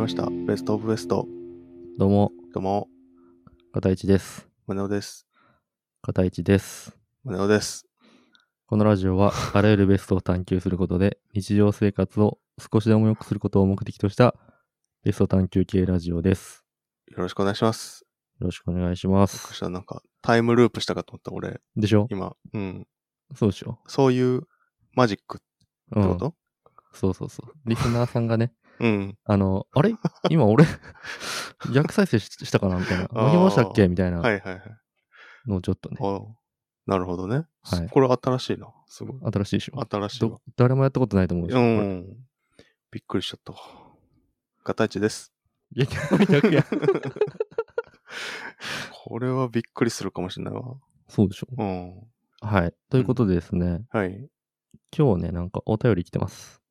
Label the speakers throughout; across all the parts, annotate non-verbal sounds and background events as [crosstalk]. Speaker 1: ました。ベストオブベスト。
Speaker 2: どうも、
Speaker 1: どうも、
Speaker 2: 片市です。
Speaker 1: 胸尾です。
Speaker 2: 片市です。
Speaker 1: 胸尾です。
Speaker 2: このラジ
Speaker 1: [laughs]
Speaker 2: オは、あらゆるベストを探求することで、日常生活を少しでも良くすることを目的とした、ベスト探求系ラジオです。
Speaker 1: よろしくお願いします。
Speaker 2: よろしくお願いします
Speaker 1: そ。したらなんか、タイムループしたかと思った、俺。
Speaker 2: でしょ
Speaker 1: 今、うん。
Speaker 2: そうでしょ
Speaker 1: そういうマジックって
Speaker 2: うん。
Speaker 1: こと
Speaker 2: そうそうそう。リスナーさんがね、 [laughs]
Speaker 1: うん。
Speaker 2: あの、あれ今俺、 [laughs] 逆再生ししたかなみたいな。
Speaker 1: あー
Speaker 2: 巻き戻したっけみたいな
Speaker 1: はいはいはい。
Speaker 2: のをちょっとね、
Speaker 1: おなるほどね。
Speaker 2: はい
Speaker 1: これ新しいな。すごい。
Speaker 2: 新しいでしょ
Speaker 1: 新しいわ
Speaker 2: ど。誰もやったことないと思うでし
Speaker 1: う
Speaker 2: ょこれ
Speaker 1: ん。びっくりしちゃった。ガタイチです。
Speaker 2: いや
Speaker 1: [laughs]
Speaker 2: 逆や。
Speaker 1: これはびっくりするかもしれないわ。
Speaker 2: そうでしょ
Speaker 1: うん。
Speaker 2: はい。ということでですね、
Speaker 1: はい。
Speaker 2: 今日ね、なんかお便り来てます。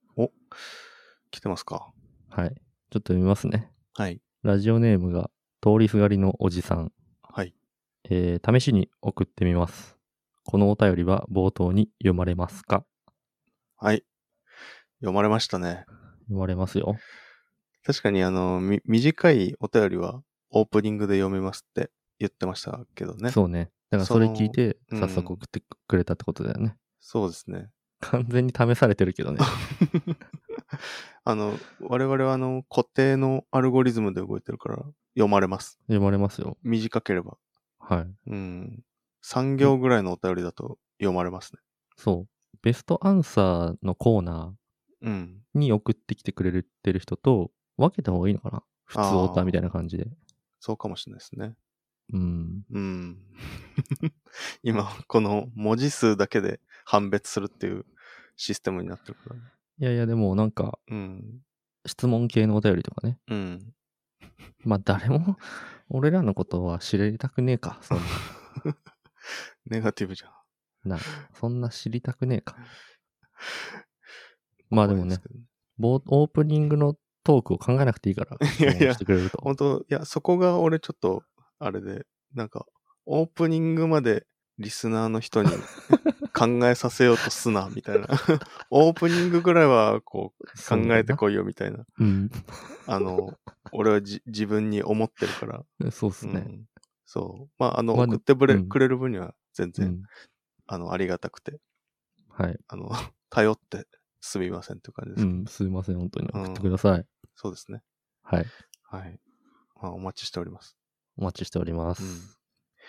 Speaker 1: 来てますか
Speaker 2: はい。ちょっと読みますね。
Speaker 1: はい。
Speaker 2: ラジオネームが通りすがりのおじさん。
Speaker 1: はい。
Speaker 2: えー試しに送ってみます。このお便りは冒頭に読まれますか
Speaker 1: はい。読まれましたね。
Speaker 2: 読まれますよ。
Speaker 1: 確かにあの、み、短いお便りはオープニングで読みますって言ってましたけどね。そう
Speaker 2: そうね。だからそれ聞いて、
Speaker 1: その
Speaker 2: 早速送ってくれたってことだよね。
Speaker 1: ですね。 [laughs]
Speaker 2: 完全に試されてるけどね。
Speaker 1: あの、我々はあの、固定のアルゴリズムで動いてるから読まれます。
Speaker 2: 読まれますよ。
Speaker 1: 短ければ。
Speaker 2: はい。
Speaker 1: うん。3行ぐらいのお便りだと読まれますね。
Speaker 2: そう。ベストアンサーのコーナ
Speaker 1: うん。
Speaker 2: ーに送ってきてくれてる人と分けた方がいいのかな普通オタみたいな感じで。
Speaker 1: そうかもしれないですね。
Speaker 2: うん。
Speaker 1: うん。 [laughs] 今、この文字数だけで判別するっていうシステムになってるから、ね。
Speaker 2: いやいや、でもなんか、
Speaker 1: うん。
Speaker 2: 質問系のお便りとかね。
Speaker 1: うん。
Speaker 2: まあ誰も、 [laughs] 俺らのことは知りたくねえか。そん
Speaker 1: ネガティブじゃん。
Speaker 2: な、そんな知りたくねえか。まあでもね
Speaker 1: 怖いすけど。
Speaker 2: 冒オープニングのトークを考えなくていいから、質問
Speaker 1: やいや
Speaker 2: してくれると。
Speaker 1: 本当いや、そこが俺ちょっと、あれで、なんか、オープニングまでリスナーの
Speaker 2: [laughs]
Speaker 1: 人に考えさせようとすな、みたいな。オープニングぐらいは、こう、考えてこいよ、みたいな。
Speaker 2: う。うん。
Speaker 1: あの、俺はじ自分に思ってるから。
Speaker 2: [laughs] そうっす
Speaker 1: う
Speaker 2: ね。
Speaker 1: んそう。まあ、あの、
Speaker 2: まあ
Speaker 1: 送ってくれ,、
Speaker 2: うん
Speaker 1: くれる分には、全
Speaker 2: う
Speaker 1: 然、
Speaker 2: ん。
Speaker 1: あの、ありがたくて、
Speaker 2: はい。
Speaker 1: あの、 [laughs] 頼ってすみませんっていう感じです
Speaker 2: う
Speaker 1: けど、
Speaker 2: ん。すいません、本当に。
Speaker 1: うん
Speaker 2: 送ってください。
Speaker 1: そうですね。
Speaker 2: はい。
Speaker 1: はい。まあ、お待ちしております。
Speaker 2: お待ちしておりま
Speaker 1: うん
Speaker 2: す。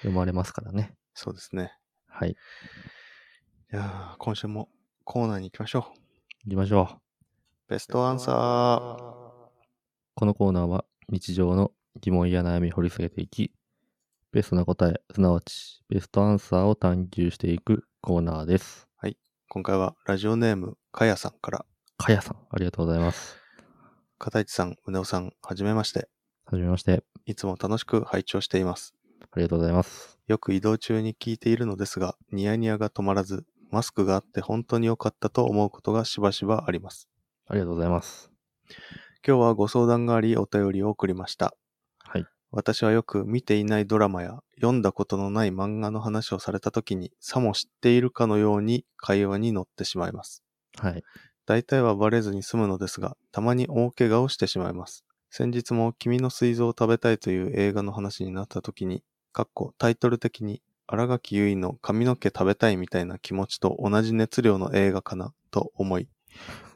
Speaker 2: 読まれますからね。
Speaker 1: そうですね。
Speaker 2: はい。
Speaker 1: いやー今週もコーナーに行きましょう。
Speaker 2: 行きましょう。
Speaker 1: ベストアンサー。
Speaker 2: このコーナーは日常の疑問や悩みを掘り下げていき、ベストな答え、すなわちベストアンサーを探求していくコーナーです。
Speaker 1: 今回はラジオネーム、かやさんから、
Speaker 2: かやさん、ありがとうございます。
Speaker 1: 片市さん、うねおさん、はじめまして。
Speaker 2: はじめまして。
Speaker 1: いつも楽しく拝聴しています。
Speaker 2: ありがとうございます。
Speaker 1: よく移動中に聞いているのですが、ニヤニヤが止まらず、マスクがあって本当に良かったと思うことがしばしばあります。
Speaker 2: ありがとうございます。
Speaker 1: 今日はご相談があり、お便りを送りました。
Speaker 2: はい。
Speaker 1: 私はよく見ていないドラマや読んだことのない漫画の話をされた時に、さも知っているかのように会話に乗ってしまいます。
Speaker 2: はい。
Speaker 1: 大体はバレずに済むのですが、たまに大怪我をしてしまいます。先日も君の膵臓を食べたいという映画の話になった時に、かっこタイトル的に新垣結衣の髪の毛食べたいみたいな気持ちと同じ熱量の映画かなと思い、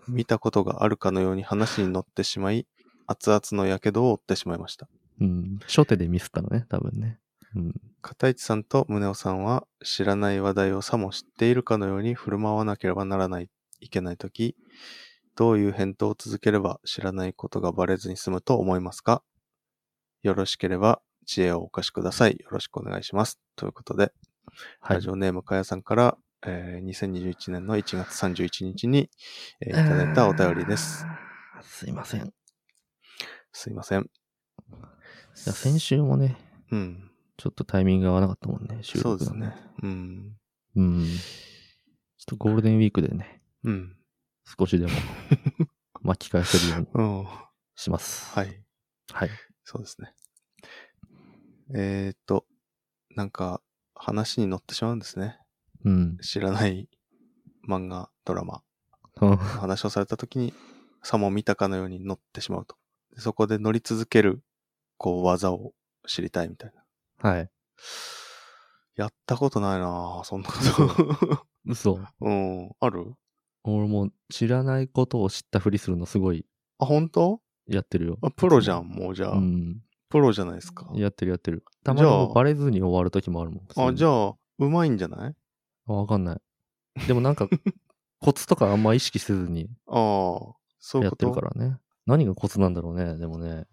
Speaker 1: 見たことがあるかのように話に乗ってしまい、熱々の火傷を負ってしまいました。
Speaker 2: うん。初手でミスったのね、多分ね。うん。
Speaker 1: 片市さんと宗男さんは知らない話題をさも知っているかのように振る舞わなければならない、いけないとき、どういう返答を続ければ知らないことがバレずに済むと思いますかよろしければ知恵をお貸しください。よろしくお願いします。ということで、
Speaker 2: は
Speaker 1: ラ
Speaker 2: い
Speaker 1: ジ。オネームかやさんから、えー2021年の1月31日に、えーいただいたお便りです。
Speaker 2: あー。すいません。い
Speaker 1: すいません。
Speaker 2: や、先週もね、
Speaker 1: うん。
Speaker 2: ちょっとタイミングが合わなかったもんね、収録
Speaker 1: そう
Speaker 2: の
Speaker 1: ですね。。うん。
Speaker 2: うん。ちょっとゴールデンウィークでね、
Speaker 1: うん。
Speaker 2: 少しでも巻き返せるように
Speaker 1: うん。は
Speaker 2: します。い。
Speaker 1: い。
Speaker 2: はい。
Speaker 1: そうですね。えー、っと、なんか、話に乗ってしまうんですね。
Speaker 2: うん。 [laughs]
Speaker 1: 知らない漫画、ドラマ
Speaker 2: うん
Speaker 1: の話をされた時に、さも見たかのように乗ってしまうと。そこで乗り続ける、こう、技を知りたいみたいな。
Speaker 2: はい。
Speaker 1: やったことないなぁそんなこと。
Speaker 2: 嘘。
Speaker 1: [laughs] うん。ある
Speaker 2: 俺もう知らないことを知ったふりするのすごい
Speaker 1: あ、本当
Speaker 2: やってるよ。
Speaker 1: あ、プロじゃん、もうじゃあ。
Speaker 2: うん。
Speaker 1: プロじゃないですか。
Speaker 2: やってるやってる。たまにもうバレずに終わる時もあるもん。
Speaker 1: あ、じゃ
Speaker 2: あ。
Speaker 1: あ、うまいんじゃない
Speaker 2: わかんない。でも
Speaker 1: [laughs]
Speaker 2: なんか、コツとかあんま意識せずに
Speaker 1: ああ、そういう
Speaker 2: やっ
Speaker 1: こと
Speaker 2: てるからね。何がコツなんだろうね、でもね。
Speaker 1: い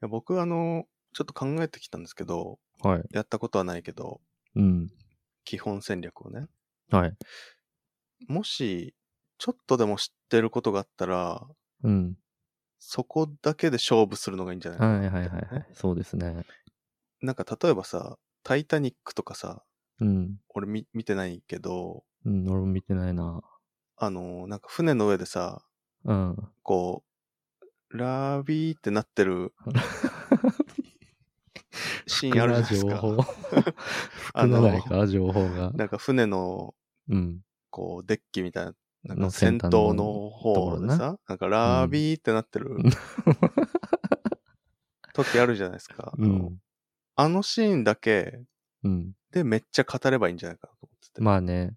Speaker 1: や僕、あの、ちょっと考えてきたんですけど、
Speaker 2: はい。
Speaker 1: やったことはないけど、
Speaker 2: うん。
Speaker 1: 基本戦略をね。
Speaker 2: はい。
Speaker 1: もし、ちょっとでも知ってることがあったら、
Speaker 2: うん。
Speaker 1: そこだけで勝負するのがいいんじゃないか
Speaker 2: はい
Speaker 1: な
Speaker 2: はいはい
Speaker 1: み
Speaker 2: は
Speaker 1: た
Speaker 2: い
Speaker 1: いなね。
Speaker 2: そうですね。
Speaker 1: なんか例えばさ、タイタニックとかさ、
Speaker 2: うん。
Speaker 1: 俺見見てないけど、
Speaker 2: うん、俺も見てないな。
Speaker 1: あの、なんか船の上でさ、
Speaker 2: うん。
Speaker 1: こう、ラビーってなってるシーンあるじゃないです
Speaker 2: 情
Speaker 1: か。 [laughs]
Speaker 2: 報。
Speaker 1: あ
Speaker 2: 少
Speaker 1: の
Speaker 2: ないか、情報が。
Speaker 1: なんか船の、
Speaker 2: うん。
Speaker 1: こう、デッキみたいな、なんか
Speaker 2: の
Speaker 1: 先
Speaker 2: 先端の
Speaker 1: 頭の方で
Speaker 2: とこ
Speaker 1: さ、なんかラビーってなって
Speaker 2: [laughs]
Speaker 1: る
Speaker 2: ん
Speaker 1: 時あるじゃないですか。
Speaker 2: う
Speaker 1: あの
Speaker 2: ん。
Speaker 1: あのシーンだけ
Speaker 2: うん。
Speaker 1: でめっちゃ語ればいいんじゃないかなと思ってて。
Speaker 2: まあね。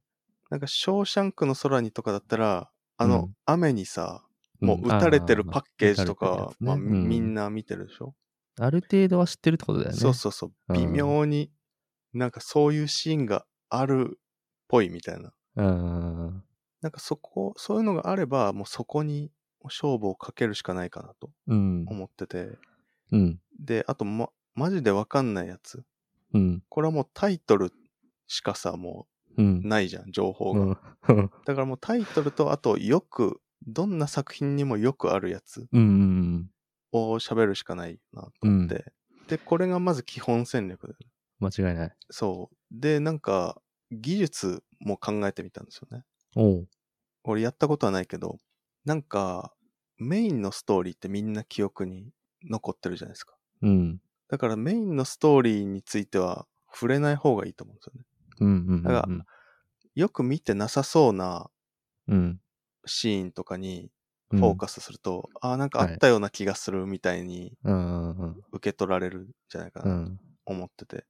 Speaker 1: なんか、ショーシャンクの空にとかだったら、あ
Speaker 2: う
Speaker 1: の
Speaker 2: ん、
Speaker 1: 雨にさ、もう打たれてるパッケージとか、ま
Speaker 2: ま
Speaker 1: あ、
Speaker 2: あ
Speaker 1: みん
Speaker 2: な。
Speaker 1: な見てるでしょ、
Speaker 2: ある程度は知ってるってことだよね。
Speaker 1: そうそうそう。微妙に、なんかそういうシーンがあるっぽいみたいな。
Speaker 2: うん。
Speaker 1: なんかそこ、そういうのがあれば、もうそこに勝負をかけるしかないかなと
Speaker 2: うん。
Speaker 1: 思ってて。
Speaker 2: うん。
Speaker 1: で、あと、ま、マジでわかんないやつ。
Speaker 2: うん。
Speaker 1: これはもうタイトルしかさ、も
Speaker 2: うん
Speaker 1: う。ないじゃん、情報
Speaker 2: う
Speaker 1: が。
Speaker 2: ん。 [laughs]
Speaker 1: だからもうタイトルと、あとよく、どんな作品にもよくあるやつ
Speaker 2: うん。
Speaker 1: を喋るしかないなと
Speaker 2: う
Speaker 1: 思
Speaker 2: ん
Speaker 1: って。。で、これがまず基本戦略だよね
Speaker 2: 間違いない。
Speaker 1: そう。で、なんか、技術も考えてみたんですよね。
Speaker 2: おう。
Speaker 1: 俺やったことはないけど、なんか、メインのストーリーってみんな記憶に残ってるじゃないですか。
Speaker 2: うん。
Speaker 1: だからメインのストーリーについては触れない方がいいと思うんですよね。
Speaker 2: うん。うん。うん。
Speaker 1: よく見てなさそうな
Speaker 2: うん。
Speaker 1: シーンとかにフォーカスすると、ああ、なんかあったような気がするみたいに
Speaker 2: うん。
Speaker 1: 受け取られるんじゃないか
Speaker 2: う
Speaker 1: なと
Speaker 2: ん。
Speaker 1: 思ってて。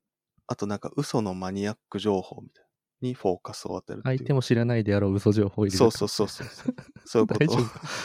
Speaker 1: あとなんか嘘のマニアック情報みたいなにフォーカスを当てるっていう。
Speaker 2: 相手も知らないであろう嘘情報入れ
Speaker 1: そうそうそうそうそう。そういうこと。
Speaker 2: [laughs] 大丈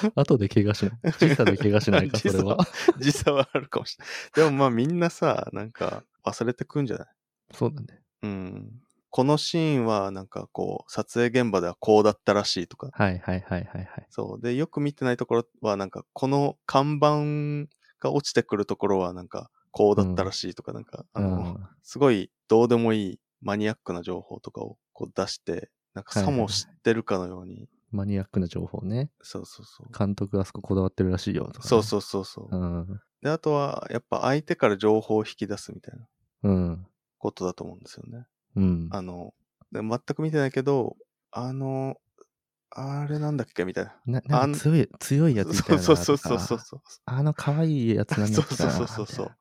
Speaker 2: 夫。後で怪我しない。時差で怪我し
Speaker 1: [laughs]
Speaker 2: ないか、それは。
Speaker 1: 時差はあるかもしれない。でもまあみんなさ、なんか忘れてくんじゃない
Speaker 2: そうだね。
Speaker 1: うん。このシーンはなんかこう、撮影現場ではこうだったらしいとか。
Speaker 2: はいはいはいはいはい。
Speaker 1: そう。で、よく見てないところはなんか、この看板が落ちてくるところはなんか、こうだったらしいとか、なんか、あの、すごいどうでもいいマニアックな情報とかをこう出して、なんかさも知ってるかのように、
Speaker 2: マニアックな情報ね。
Speaker 1: そうそうそう。
Speaker 2: 監督あそここだわってるらしいよとか、
Speaker 1: そうそうそうそう。
Speaker 2: う。うん。
Speaker 1: で、あとは、やっぱ相手から情報を引き出すみたいな
Speaker 2: うん。
Speaker 1: ことだと思うんですよね。
Speaker 2: うん。
Speaker 1: あの、で全く見てないけど、あの、あれなんだっけみたいな。
Speaker 2: な
Speaker 1: あ
Speaker 2: なんんか強い、強いやつみたいなの
Speaker 1: そう
Speaker 2: がある
Speaker 1: そうそう
Speaker 2: か
Speaker 1: そうそう。
Speaker 2: あの可愛いやつなん
Speaker 1: そう
Speaker 2: だっけ
Speaker 1: そ
Speaker 2: か
Speaker 1: う
Speaker 2: な
Speaker 1: そうそうそう。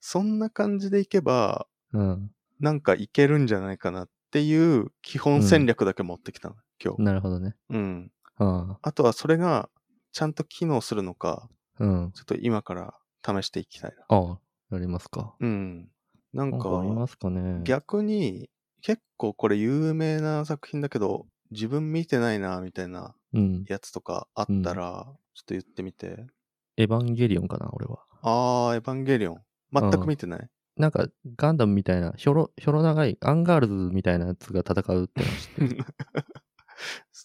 Speaker 1: そんな感じでいけば、
Speaker 2: みたいなうん。
Speaker 1: なんかいけるんじゃないかなっていう基本戦略だけ持ってきたの、今日。
Speaker 2: なるほどね。
Speaker 1: うん。
Speaker 2: うん。
Speaker 1: あとはそれが、ちゃんと機能するのか、
Speaker 2: うん。
Speaker 1: ちょっと今から試していきたいな。
Speaker 2: ああ、やりますか。
Speaker 1: うん。なん
Speaker 2: なん
Speaker 1: か、
Speaker 2: かありますかね。
Speaker 1: 逆に、結構これ有名な作品だけど、自分見てないな、みたいな
Speaker 2: うん。
Speaker 1: やつとかあったら、ちょっと言ってみて。
Speaker 2: エヴァンゲリオンかな、俺は。
Speaker 1: あー、エヴァンゲリオン。全く見てない。 [laughs]
Speaker 2: なんか、ガンダムみたいな、ひょろ、ひょろ長い、アンガールズみたいなやつが戦うってのは知ってる
Speaker 1: っ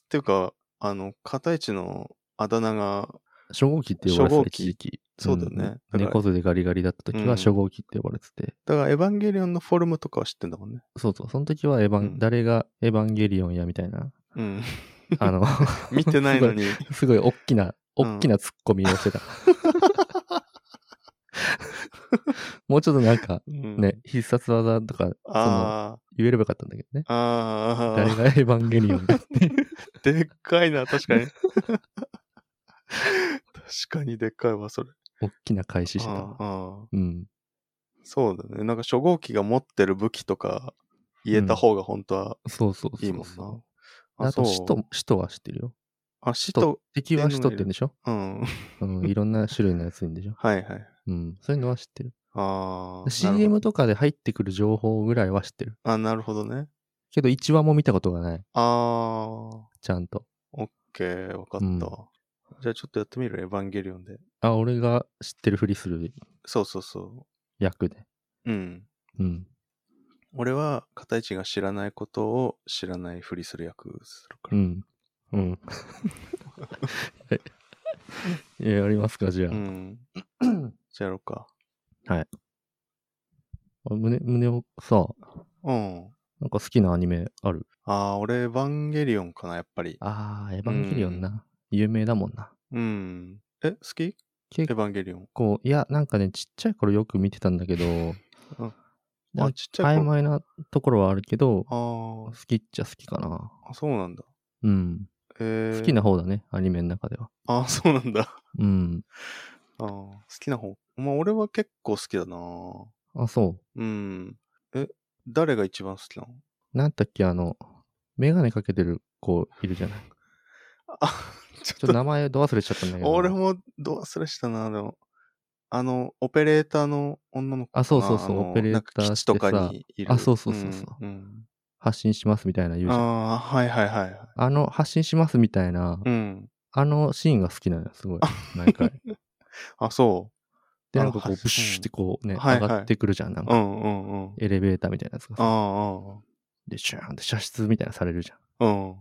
Speaker 1: ていうか、あの、片市のあだ名が、
Speaker 2: 初号機って呼ばれて
Speaker 1: 初
Speaker 2: た
Speaker 1: 号機
Speaker 2: 一時期。
Speaker 1: そうだよね
Speaker 2: ん
Speaker 1: だから
Speaker 2: 猫背でガリガリだった時
Speaker 1: うん
Speaker 2: は初号機って呼ばれてて。
Speaker 1: だからエヴァンゲリオンのフォルムとかは知ってんだもんね。
Speaker 2: そうそう、その時はエヴァン、
Speaker 1: うん
Speaker 2: 誰がエヴァンゲリオンやみたい
Speaker 1: [laughs]
Speaker 2: な。
Speaker 1: うん。
Speaker 2: あの、 [laughs]
Speaker 1: 見てないのに。
Speaker 2: すごい大きな、
Speaker 1: うん
Speaker 2: 大きなツッコミを
Speaker 1: [laughs]
Speaker 2: してた。もうちょっとなんか、
Speaker 1: うん、
Speaker 2: ね、必殺技とか、その、
Speaker 1: あ
Speaker 2: 言えればよかったんだけど
Speaker 1: ー、
Speaker 2: ね。
Speaker 1: あ
Speaker 2: 誰がエヴァンゲリオンだっていう。
Speaker 1: ー、 [laughs] でっかいな、確かに。確かにでっかいわ、それ。
Speaker 2: [laughs] 大きな開始して
Speaker 1: あー
Speaker 2: た。
Speaker 1: あー
Speaker 2: うん。
Speaker 1: そうだね。なんか初号機が持ってる武器とか言えた方が本当は
Speaker 2: そうそうそうそう。
Speaker 1: いいもんな。
Speaker 2: あ
Speaker 1: あ、そ
Speaker 2: と、
Speaker 1: う。
Speaker 2: 使徒、使徒は知ってるよ。
Speaker 1: あ、死と、
Speaker 2: 敵は人って言うんでしょ
Speaker 1: うん。 [laughs]
Speaker 2: うん、いろんな種類のやついるんでしょ
Speaker 1: はいはい。
Speaker 2: うん、そういうのは知ってる。
Speaker 1: ああ。なるほ
Speaker 2: CM とかで入ってくる情報ぐらいは知ってる。
Speaker 1: どあ、なるほどね。
Speaker 2: けど1話も見たことがない。
Speaker 1: ああ。
Speaker 2: ちゃんと。
Speaker 1: オッケー、わかった。
Speaker 2: うん
Speaker 1: じゃあちょっとやってみるエヴァンゲリオンで。
Speaker 2: あ、俺が知ってるふりする
Speaker 1: そうそうそ
Speaker 2: 役で。
Speaker 1: う。うん。
Speaker 2: うん。
Speaker 1: 俺は、片市が知らないことを知らないふりする役するか
Speaker 2: う
Speaker 1: ら。
Speaker 2: ん。うん。 [laughs] はい。え、やりますか、じゃあ。
Speaker 1: うん。じゃあやろうか。
Speaker 2: あ胸、胸をさ、
Speaker 1: うん。
Speaker 2: なんか好きなアニメある
Speaker 1: ああ、俺、エヴァンゲリオンかな、やっぱり。
Speaker 2: あー、エヴァンゲリオンな。有名だもんな。
Speaker 1: うん。え、好きエヴ
Speaker 2: 結
Speaker 1: ァンゲリオン。
Speaker 2: 構、いや、なんかね、ちっちゃい頃よく見てたんだけど、なん
Speaker 1: あ、
Speaker 2: か
Speaker 1: ちっちゃい
Speaker 2: 曖
Speaker 1: 頃。
Speaker 2: 昧なところはあるけど、
Speaker 1: あ
Speaker 2: 好きっちゃ好きかな。
Speaker 1: ーあ、そうなんだ。
Speaker 2: うん。
Speaker 1: えー、
Speaker 2: 好きな方だね、アニメの中では。
Speaker 1: あーそうなんだ。
Speaker 2: うん。
Speaker 1: あー好きな方。まあ、俺は結構好きだな
Speaker 2: あ、そ
Speaker 1: うん。え、誰が一番好きなの [laughs]
Speaker 2: う。なんだっけ、あの、メガネかけてる子いるじゃない。
Speaker 1: あ、ち
Speaker 2: ちょっと名前ど忘れしちゃったんだけど。
Speaker 1: 俺。もど忘れしたな、でも。あの、オペレーターの女の子かな。
Speaker 2: あそうそうそう
Speaker 1: あの
Speaker 2: オペレー
Speaker 1: な
Speaker 2: ター
Speaker 1: んか基地とかにいる。
Speaker 2: あそうそうそうそう
Speaker 1: うん
Speaker 2: 発信しますみたいな言
Speaker 1: う
Speaker 2: うんじゃん。
Speaker 1: あ
Speaker 2: あ
Speaker 1: あ、はいはいはい。
Speaker 2: の、発信しますみたいな、
Speaker 1: うん。
Speaker 2: あのシーンが好きなのよ、
Speaker 1: [laughs]
Speaker 2: すごい。毎回。
Speaker 1: あ、そ
Speaker 2: で、なんか
Speaker 1: あ
Speaker 2: こ
Speaker 1: の
Speaker 2: う、プシュってこうね、
Speaker 1: はい
Speaker 2: 上
Speaker 1: はい
Speaker 2: がってくるじゃん。なん
Speaker 1: う。う
Speaker 2: か、
Speaker 1: んうんうん。
Speaker 2: エレベーターみたいなやつがさ。
Speaker 1: あ
Speaker 2: で、シューンって射出みたいなのされるじゃん。
Speaker 1: あ、うん。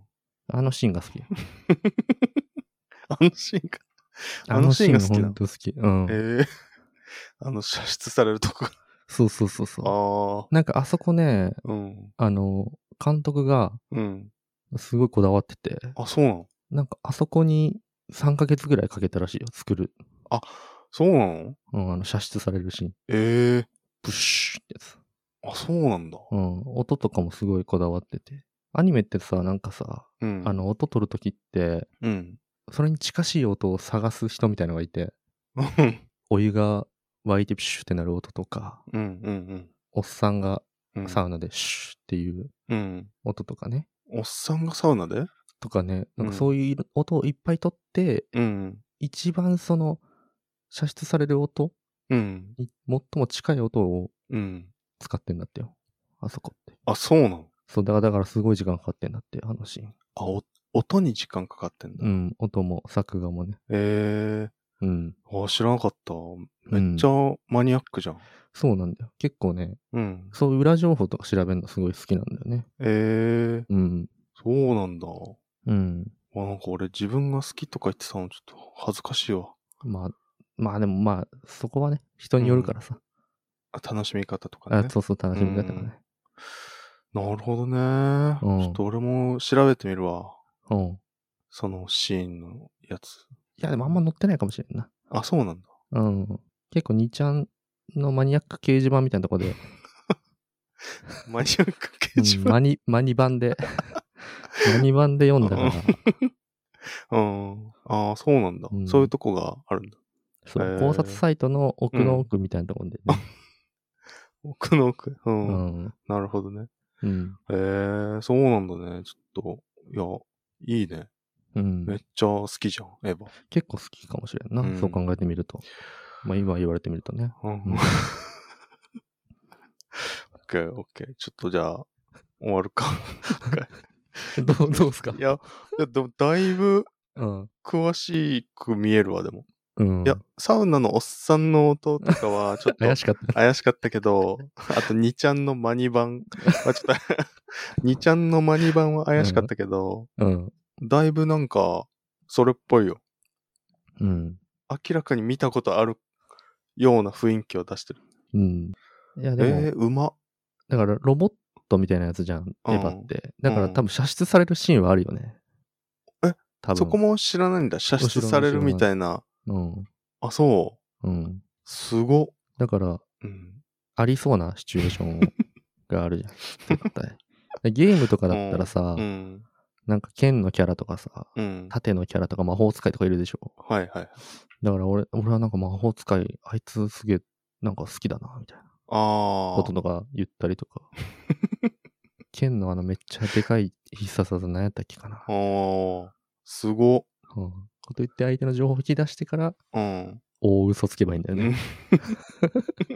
Speaker 2: あのシーンが好き。
Speaker 1: あのシーンか。あのシーンが好きなの
Speaker 2: ほんと好き。うん。
Speaker 1: ええ [laughs] あの、射出されるとこ。
Speaker 2: そうそうそうそう。
Speaker 1: あ
Speaker 2: なんかあそこね、
Speaker 1: あ、うん。
Speaker 2: あの、監督が
Speaker 1: うん。
Speaker 2: すごいこだわってて、
Speaker 1: あ、そうなの
Speaker 2: なんかあそこに3ヶ月ぐらいかけたらしいよ、作る。
Speaker 1: そうなの
Speaker 2: うん、あの、射出されるシーン。
Speaker 1: ええ
Speaker 2: プシューってやつ。
Speaker 1: あ、そうなんだ。
Speaker 2: うん、音とかもすごいこだわってて。アニメってさ、なんかさ、
Speaker 1: うん。
Speaker 2: あ、の、音取るときって、
Speaker 1: うん。 [laughs]
Speaker 2: それに近しい音を探す人みたいのがいて、
Speaker 1: うん
Speaker 2: お湯が沸いてプシューってなる音とか、
Speaker 1: うんうん
Speaker 2: おっさんが
Speaker 1: うん。
Speaker 2: サウナでシューっていう
Speaker 1: うん。
Speaker 2: 音とかね。
Speaker 1: おっさんがサウナで
Speaker 2: とかね、なん
Speaker 1: うん
Speaker 2: かそういう音をいっぱい取って、
Speaker 1: うん。
Speaker 2: 一番その、射出される音
Speaker 1: うん。
Speaker 2: に最も近い音を
Speaker 1: うん。
Speaker 2: 使ってんだってよ。あそこって。
Speaker 1: あ、そうなの
Speaker 2: そう、だから、だからすごい時間かかってんだって、あのシーン。
Speaker 1: あ、お音に時間かかってんだ。
Speaker 2: う
Speaker 1: へ
Speaker 2: ん、音も作画もね。
Speaker 1: え
Speaker 2: うん。
Speaker 1: あ、知らなかった。めっち
Speaker 2: うん
Speaker 1: ゃマニアックじゃん。
Speaker 2: そうなんだよ。結構ね、
Speaker 1: うん。
Speaker 2: そう裏情報とか調べるのすごい好きなんだよね。
Speaker 1: ええ
Speaker 2: うん。
Speaker 1: そうなんだ。
Speaker 2: うん。
Speaker 1: わなんか俺自分が好きとか言ってたのちょっと恥ずかしいわ。
Speaker 2: まあ、まあでもまあ、そこはね、人によるからさ。
Speaker 1: あ楽しみ方とか
Speaker 2: あ
Speaker 1: ね。
Speaker 2: そうそう、楽しみ方がね。
Speaker 1: なるほどね、
Speaker 2: うん
Speaker 1: ちょっと俺も調べてみるわ。
Speaker 2: うん。
Speaker 1: そのシーンのやつ。
Speaker 2: いや、でもあんま載ってないかもしれんな。
Speaker 1: あ、そう
Speaker 2: [laughs]
Speaker 1: なんだ。
Speaker 2: うん。結構、2ちゃんのマニアック掲示板みたいなと
Speaker 1: [laughs]
Speaker 2: こで、
Speaker 1: マニアック掲示
Speaker 2: うん
Speaker 1: 板。
Speaker 2: マニ、マニ
Speaker 1: [laughs]
Speaker 2: 版で、マニ版で読んだから、
Speaker 1: うん。ああ、そうなんだ、
Speaker 2: うん
Speaker 1: そういうとこがあるんだ。
Speaker 2: そ
Speaker 1: へー
Speaker 2: う、考察サイトの奥の奥みたいなところでね。
Speaker 1: 奥の奥。う。
Speaker 2: うんん。
Speaker 1: なるほどね。
Speaker 2: うん。
Speaker 1: ええそうなんだね。ちょっと、いや、いいね。
Speaker 2: うん
Speaker 1: めっちゃ好きじゃん、エヴァ。
Speaker 2: 結構好きかもしれんな、
Speaker 1: うん
Speaker 2: そう考えてみると。まあ、今言われてみるとね。
Speaker 1: うん
Speaker 2: うん
Speaker 1: [laughs] オッケー、オッケー。ちょっとじゃあ、終わる
Speaker 2: [laughs]
Speaker 1: か。
Speaker 2: どう、どうすか
Speaker 1: いや、いやでもだいぶ
Speaker 2: うん。
Speaker 1: 詳しく見えるわ、でも。
Speaker 2: うん。
Speaker 1: いや、サウナのおっさんの音とかは、ちょっと
Speaker 2: 怪しかった。
Speaker 1: 怪しかったけど、
Speaker 2: [laughs]
Speaker 1: あと2ちゃんのマニ版はちょっと、2ちゃん [laughs] のマニ版は怪しかったけど、
Speaker 2: うん。
Speaker 1: だいぶなんか、それっぽいよ。
Speaker 2: うん。
Speaker 1: 明らかに見たことあるような雰囲気を出してる。
Speaker 2: うん。いや、でも、
Speaker 1: えー、うま。
Speaker 2: だから、ロボットみたいなやつじゃん、エ
Speaker 1: うん
Speaker 2: ヴァって。だから、
Speaker 1: うん
Speaker 2: 多分、射出されるシーンはあるよね。
Speaker 1: え
Speaker 2: 多分。
Speaker 1: そこも知らないんだ。射出されるみたいな。
Speaker 2: うん。
Speaker 1: あ、そう。
Speaker 2: うん。
Speaker 1: すごっ。
Speaker 2: だから、
Speaker 1: うん。
Speaker 2: ありそうなシチュエーションがあるじゃ [laughs] ん。絶対。でゲームとかだったらさ、
Speaker 1: うん。
Speaker 2: なんか剣のキャラとかさ、
Speaker 1: うん。
Speaker 2: 盾のキャラとか魔法使いとかいるでしょ。
Speaker 1: はいはい。
Speaker 2: だから俺、俺はなんか魔法使い、あいつすげえ、なんか好きだな、みたいな
Speaker 1: あ
Speaker 2: こととか言ったり
Speaker 1: [laughs]
Speaker 2: とか。剣のあのめっちゃでかい必殺技何やったっけかな
Speaker 1: あ。。おー。すごっ。
Speaker 2: うんこと言って相手の情報を引き出してから、
Speaker 1: うん。
Speaker 2: 大嘘つけばいいんだよね。
Speaker 1: [laughs]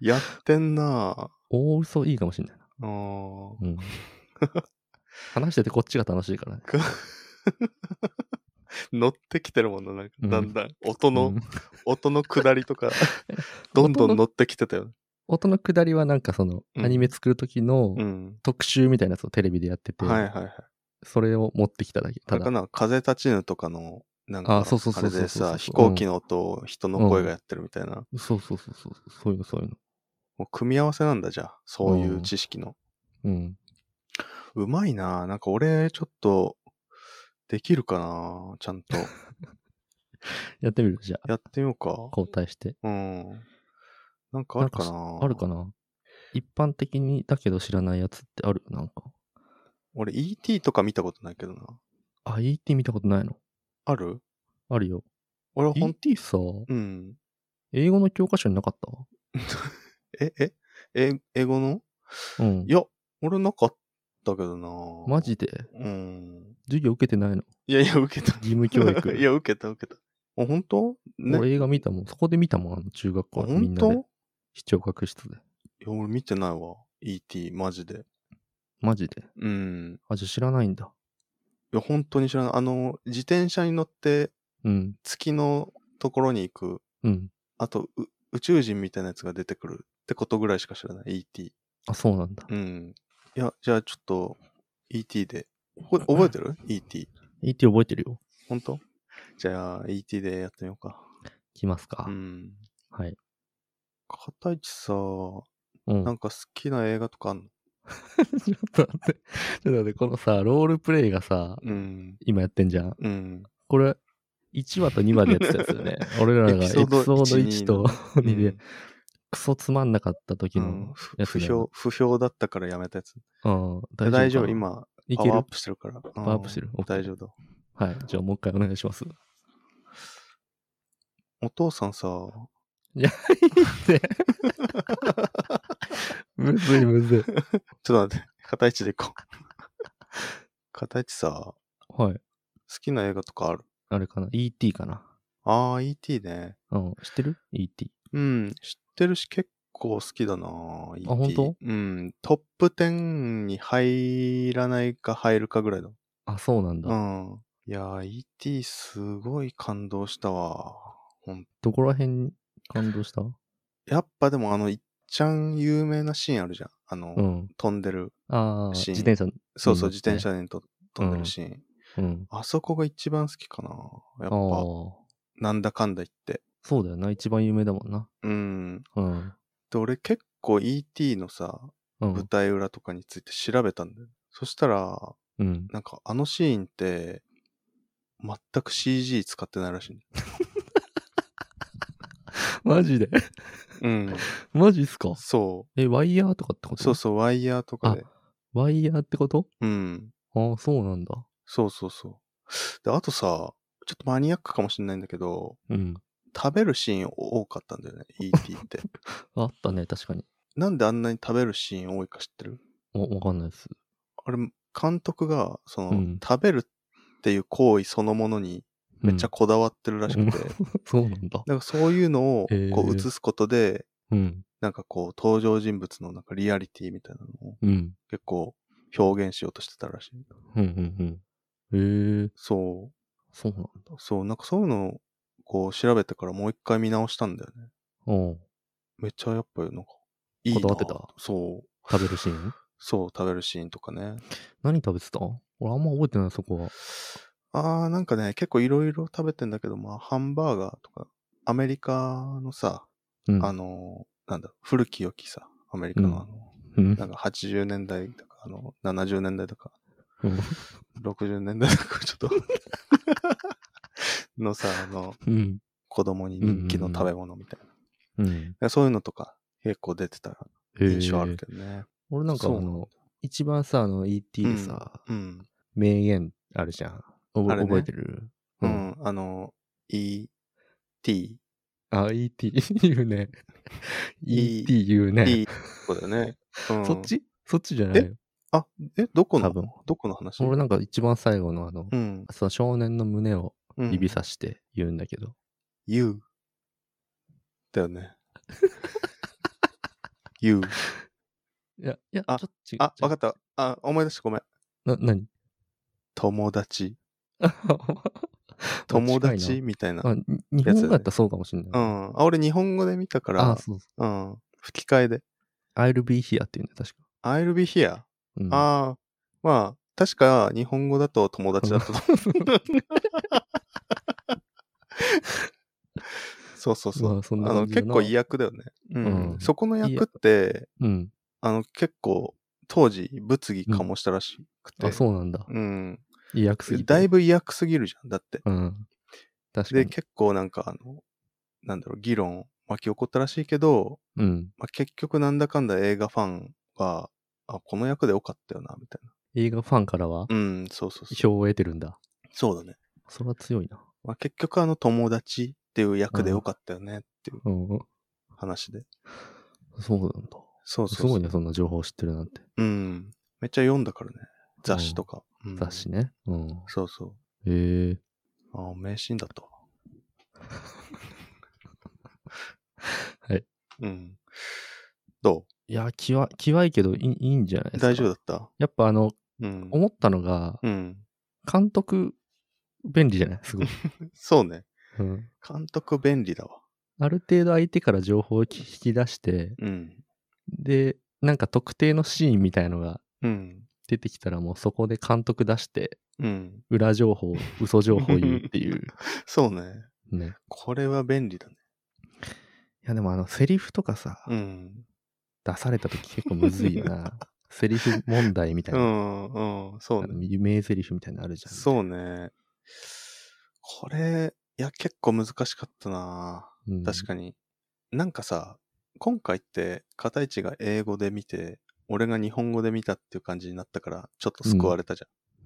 Speaker 1: やってんな
Speaker 2: 大嘘いいかもしんない
Speaker 1: あ
Speaker 2: な。
Speaker 1: ー [laughs]
Speaker 2: うん。話しててこっちが楽しいからね。
Speaker 1: 乗ってきてるもんな、なんか、
Speaker 2: うん
Speaker 1: だんだん、音の、
Speaker 2: うん
Speaker 1: 音の下りと
Speaker 2: [laughs]
Speaker 1: か、どんどん乗ってきてたよね。
Speaker 2: 音の下りはなんかその、
Speaker 1: うん
Speaker 2: アニメ作る時の
Speaker 1: うん。
Speaker 2: 特集みたいなやつをテレビでやってて、
Speaker 1: はいはいはい。
Speaker 2: それを持ってきただけ。
Speaker 1: あ
Speaker 2: た
Speaker 1: れか
Speaker 2: だ、
Speaker 1: な、風立ちぬとかの、なんか、
Speaker 2: あそうそう
Speaker 1: あ
Speaker 2: そう
Speaker 1: れ
Speaker 2: そ
Speaker 1: で
Speaker 2: うそうそう
Speaker 1: さ、
Speaker 2: うん
Speaker 1: 飛行機の音を人の声がやってるみたいな。
Speaker 2: そうそうそうそう、そういうのそういうの。
Speaker 1: もう組み合わせなんだじゃあ、そういう知識の。
Speaker 2: うん。
Speaker 1: うまいななんか俺、ちょっと、できるかなちゃ
Speaker 2: [laughs]
Speaker 1: んと。
Speaker 2: やってみるじゃあ、
Speaker 1: やってみようか。
Speaker 2: 交代して。
Speaker 1: うん。なんかあるかな
Speaker 2: あるかな一般的にだけど知らないやつってあるなんか。
Speaker 1: 俺 ET とか見たことないけどな。
Speaker 2: あ、ET 見たことないの
Speaker 1: ある
Speaker 2: あるよ。
Speaker 1: 俺ほん、
Speaker 2: ET さ、
Speaker 1: うん。
Speaker 2: 英語の教科書になかっ
Speaker 1: え、え、え、英語の
Speaker 2: たうん
Speaker 1: い。や、俺なかったけどな
Speaker 2: マジで
Speaker 1: うん。
Speaker 2: 授業受けてないの
Speaker 1: いやいや、受けた。
Speaker 2: 義務教育。
Speaker 1: [laughs] いや、受けた、受けた。あ、本当ね。
Speaker 2: 俺映画見たもん。そこで見たもん、あの中学校
Speaker 1: あ
Speaker 2: のみ
Speaker 1: 本
Speaker 2: んな
Speaker 1: 当
Speaker 2: で
Speaker 1: い。
Speaker 2: 視聴覚室で。
Speaker 1: や、俺見てないわ。ET、マジで。
Speaker 2: マジで。
Speaker 1: うん。
Speaker 2: あ、じゃあ知らないんだ。
Speaker 1: いや、本当に知らない。あの、自転車に乗って
Speaker 2: うん。
Speaker 1: 月のところに行く、
Speaker 2: うん。
Speaker 1: あと、う宇宙人みたいなやつが出てくるってことぐらいしか知らない。ET。
Speaker 2: あ、そうなんだ。
Speaker 1: うん。いや、じゃあちょっと、ET で。覚え覚えてる ?ET。
Speaker 2: ET 覚えてるよ。
Speaker 1: 本当じゃあ、ET でやってみようか。
Speaker 2: 来ますか。
Speaker 1: うん。
Speaker 2: はい。
Speaker 1: 片市さ、
Speaker 2: うん。
Speaker 1: なんか好きな映画とかあんの
Speaker 2: [laughs] ちょっと待って。ちょっと待って、このさ、ロールプレイがさ、
Speaker 1: うん。
Speaker 2: 今やってんじゃん。
Speaker 1: うん。
Speaker 2: これ、1話と2話でやってたやつ
Speaker 1: [laughs]
Speaker 2: よね。俺らがエピ
Speaker 1: エピソー
Speaker 2: ソード
Speaker 1: ド
Speaker 2: 1と2で、クソつまんなかった時
Speaker 1: うん
Speaker 2: の
Speaker 1: ふ
Speaker 2: やつ
Speaker 1: 不
Speaker 2: だよ
Speaker 1: 評、不評だったからやめたやつ。
Speaker 2: な。うん。
Speaker 1: 大丈
Speaker 2: か
Speaker 1: 夫、
Speaker 2: な。
Speaker 1: 今、
Speaker 2: い
Speaker 1: パ
Speaker 2: け
Speaker 1: ワーア
Speaker 2: る
Speaker 1: ップしてるから。パ
Speaker 2: パワーアップしてる OK
Speaker 1: 大丈夫だ。
Speaker 2: はい。じゃあもう一回お願いします。
Speaker 1: お父さんさ、
Speaker 2: [laughs] むずいむずい。
Speaker 1: ちょっと待って、片市でいこう。片市さ、
Speaker 2: はい。
Speaker 1: 好きな映画とかある
Speaker 2: あれかな。ET かな。
Speaker 1: あー、ET ね。
Speaker 2: うん。知ってる ?ET。
Speaker 1: うん、知ってるし結構好きだな ET。
Speaker 2: 本当
Speaker 1: うん、トップ10に入らないか入るかぐらいだ。
Speaker 2: あ、そうなんだ。
Speaker 1: うん。いやー、ET すごい感動したわ。
Speaker 2: どこら辺に感動した
Speaker 1: やっぱでもあの、いっちゃん有名なシーンあるじゃん。あの、
Speaker 2: うん。
Speaker 1: 飛んでる。
Speaker 2: ああ、
Speaker 1: シ
Speaker 2: 自
Speaker 1: ーン
Speaker 2: 転車。
Speaker 1: そうそう、
Speaker 2: いい
Speaker 1: 自
Speaker 2: ですね
Speaker 1: 転車でと飛んでるシーン。
Speaker 2: うん。
Speaker 1: あそこが一番好きかな。やっ
Speaker 2: ああ
Speaker 1: ぱ、
Speaker 2: ー。
Speaker 1: なんだかんだ言って。
Speaker 2: そうだよな。一番有名だもんな。
Speaker 1: うん。
Speaker 2: うん。
Speaker 1: で、俺結構 ET のさ、
Speaker 2: う
Speaker 1: 舞
Speaker 2: ん。
Speaker 1: 台裏とかについて調べたんだよ。そしたら、
Speaker 2: うん。
Speaker 1: なんかあのシーンって、全く CG 使ってないらしいね。
Speaker 2: [laughs] マジで [laughs]
Speaker 1: うん。
Speaker 2: マジっすか
Speaker 1: そ
Speaker 2: え、ワイヤーとかってこ
Speaker 1: う。
Speaker 2: と
Speaker 1: そうそう、ワイヤーとかで。
Speaker 2: ワイヤーってこと
Speaker 1: うん。
Speaker 2: ああ、そうなんだ。
Speaker 1: そうそうそう。で、あとさ、ちょっとマニアックかもしれないんだけど、
Speaker 2: うん。
Speaker 1: 食べるシーン多かったんだよね、ET
Speaker 2: [laughs]
Speaker 1: って。
Speaker 2: あったね、確かに。
Speaker 1: なんであんなに食べるシーン多いか知ってる
Speaker 2: お、わかんないです。
Speaker 1: あれ、監督が、その、
Speaker 2: うん
Speaker 1: 食べるっていう行為そのものにめっちゃこだわってるらしくて、
Speaker 2: うん、そうなんだ。
Speaker 1: [laughs] なんかそういうのを
Speaker 2: へー
Speaker 1: こう映すことで、
Speaker 2: うん。
Speaker 1: なんかこう登場人物のなんかリアリティみたいなのを
Speaker 2: うん。
Speaker 1: 結構表現しようとしてたらしい。
Speaker 2: うん、うん、うん。へえ
Speaker 1: そ
Speaker 2: そうなんだ。
Speaker 1: う、そう、なんかそういうのをこう調べてからもう一回見直したんだよね。
Speaker 2: おう
Speaker 1: めっちゃやっぱりなんか、いいな
Speaker 2: こだわってた
Speaker 1: そう。
Speaker 2: 食べるシーン [laughs]
Speaker 1: そう、食べるシーンとかね。
Speaker 2: 何食べてた俺あんま覚えてない、そこは。
Speaker 1: あー、なんかね、結構いろいろ食べてんだけど、まあ、ハンバーガーとか、アメリカのさ、
Speaker 2: うん。
Speaker 1: あの、なんだ、古き良きさ、アメリカのあの、
Speaker 2: うん
Speaker 1: なんか80年代とか、あの、70年代とか、
Speaker 2: うん
Speaker 1: 60年代とか、ちょっと、のさ、あの、
Speaker 2: うん。
Speaker 1: 子供に人気の食べ物みたいな。
Speaker 2: うん。
Speaker 1: そういうのとか、結構出てた
Speaker 2: へえ
Speaker 1: 印象あるけどね。
Speaker 2: 俺なんかあ
Speaker 1: そうなん
Speaker 2: の、一番さ、あの、ET でさ、
Speaker 1: うん。
Speaker 2: 名言あるじゃん。おぼ
Speaker 1: あれね
Speaker 2: 覚えてる
Speaker 1: う。ん、あの、E.T.
Speaker 2: あ、ET 言う
Speaker 1: [laughs]
Speaker 2: ね。
Speaker 1: E
Speaker 2: ET 言うね。
Speaker 1: E そうだよね。うん
Speaker 2: そっちそっちじゃないよ。
Speaker 1: あ、え、どこ
Speaker 2: 多
Speaker 1: の
Speaker 2: 分。
Speaker 1: どこの話
Speaker 2: 俺なんか一番最後のあの、
Speaker 1: うん。
Speaker 2: その少年の胸を
Speaker 1: うん
Speaker 2: 指さして言うんだけど、
Speaker 1: You. だよね。you.
Speaker 2: いや、いや、
Speaker 1: あ
Speaker 2: ちょっと違う。
Speaker 1: あ、わか
Speaker 2: っ
Speaker 1: った。あ、思い出した。ごめん。
Speaker 2: た。な、な [laughs] に
Speaker 1: 友達。
Speaker 2: 友
Speaker 1: 友達みたいな。
Speaker 2: あ、に日本語だったらそうかもしれ
Speaker 1: う
Speaker 2: ない。
Speaker 1: ん。あ、俺日本語で見たか
Speaker 2: あ、
Speaker 1: ら、
Speaker 2: そうそ
Speaker 1: うん。吹き替えで。
Speaker 2: う。I'll be here って言うんだよ、確か。
Speaker 1: I'll be here.
Speaker 2: うん、
Speaker 1: ああ、まあ、確か日本語だと友達だったと思う。 [laughs] そうそうそう。
Speaker 2: まあ、そんな
Speaker 1: あの、
Speaker 2: 感じ
Speaker 1: 結構
Speaker 2: い
Speaker 1: 意訳だよね。うん。
Speaker 2: うん
Speaker 1: そこの役って、
Speaker 2: [laughs]
Speaker 1: [laughs]
Speaker 2: うん。
Speaker 1: あの、結構、当時、物議かもしたらしくて。
Speaker 2: あ、そうなんだ。
Speaker 1: うん。
Speaker 2: 意訳すぎて
Speaker 1: だいぶ意訳すぎるじゃん。だって。
Speaker 2: うん。確か
Speaker 1: で、
Speaker 2: に。
Speaker 1: 結構なんか、あの、なんだろう、議論巻き起こったらしいけど、
Speaker 2: うん。
Speaker 1: まあ、結局なんだかんだ映画ファンは、あ、この役でよかったよな、みたいな。
Speaker 2: 映画ファンからは、
Speaker 1: うん、そうそうそう。
Speaker 2: 票を得てるんだ。
Speaker 1: そうだね。
Speaker 2: それは強いな。
Speaker 1: まあ、結局あの友達っていう役でよかったよねっていう
Speaker 2: うん。
Speaker 1: 話で。
Speaker 2: そうなんだ。
Speaker 1: そう
Speaker 2: す
Speaker 1: そうそ
Speaker 2: ご
Speaker 1: う
Speaker 2: い。ね、そんな情報を知ってるなんて。
Speaker 1: うん。めっちゃ読んだからね。雑誌とか。うん
Speaker 2: 雑誌ね。うん。
Speaker 1: そうそ
Speaker 2: へえ。
Speaker 1: う。ああ、名シーンだったわ
Speaker 2: [laughs] はい。
Speaker 1: うん。ど
Speaker 2: いや、きわ、きわいけどいいいいんじゃないで
Speaker 1: う
Speaker 2: すか。
Speaker 1: 大丈夫だ
Speaker 2: だ。
Speaker 1: った
Speaker 2: やっぱあの、
Speaker 1: うん。
Speaker 2: 思ったのが、
Speaker 1: うん。
Speaker 2: 監督、便利じゃないすごい。
Speaker 1: そうね。
Speaker 2: うん。
Speaker 1: 監督便利だわ。
Speaker 2: ある程度相手から情報をき引き出して、
Speaker 1: うん。
Speaker 2: で、なんか特定のシーンみたいのが
Speaker 1: うん。
Speaker 2: 出てきたらもうそこで監督出して、
Speaker 1: うん。
Speaker 2: 裏情報、嘘情報言うって [laughs] いう。
Speaker 1: そうね。
Speaker 2: ね。い
Speaker 1: これは便利だね。
Speaker 2: や、でもあの、セリフとかさ、
Speaker 1: うん。
Speaker 2: 出された時結構むずいよ [laughs] な。セリフ問題みたいうな。
Speaker 1: ん。うん。そう
Speaker 2: あ
Speaker 1: ね
Speaker 2: の。名セリフみたいなのあるじゃん。
Speaker 1: そうね。これ、いや、結構難しかったな
Speaker 2: うん。
Speaker 1: 確かに。なんかさ、今回って、片市が英語で見て、俺が日本語で見たっていう感じになったから、ちょっと救われたじ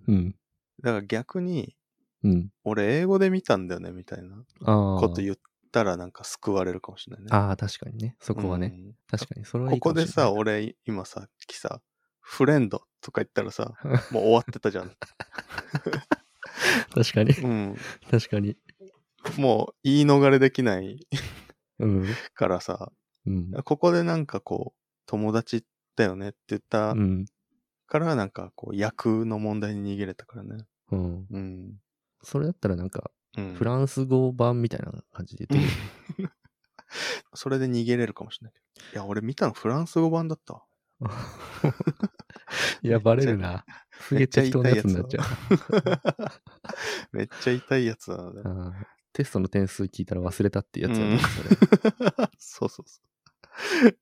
Speaker 1: ゃん。
Speaker 2: うん。
Speaker 1: だから逆に、
Speaker 2: うん。
Speaker 1: 俺英語で見たんだよね、みたいな
Speaker 2: ああ。
Speaker 1: こと言ったら、なんか救われるかもしれないね。
Speaker 2: ああ、確かにね。そこはね。
Speaker 1: うん
Speaker 2: 確かに。それはい
Speaker 1: こ
Speaker 2: い
Speaker 1: こ
Speaker 2: かもしれ
Speaker 1: で
Speaker 2: ない。
Speaker 1: さ、俺、今さ、きさ、フレンドとか言ったらさ、
Speaker 2: [laughs]
Speaker 1: もう終わってたじゃん。
Speaker 2: [laughs] 確かに。
Speaker 1: うん。
Speaker 2: 確かに。
Speaker 1: もう、言い逃れできない
Speaker 2: うん。
Speaker 1: からさ、
Speaker 2: うん。
Speaker 1: ここでなんかこう、友達だよねって言った
Speaker 2: うん。
Speaker 1: から、なんかこう、役の問題に逃げれたからね。
Speaker 2: うん。
Speaker 1: うん。
Speaker 2: それだったらなんか、
Speaker 1: うん、
Speaker 2: フランス語版みたいな感じで言って
Speaker 1: [laughs]
Speaker 2: くる
Speaker 1: それで逃げれるかもしれないけど。いや、俺見たのフランス語版だったわ。 [laughs]
Speaker 2: いや、バレるな。すげえ適当なやつになっちゃう。
Speaker 1: めっちゃ痛いやつだな、ね。
Speaker 2: あーテストの点数聞いたら忘れたってやつや
Speaker 1: う
Speaker 2: な、
Speaker 1: ん
Speaker 2: それ
Speaker 1: [laughs] そうそうそう。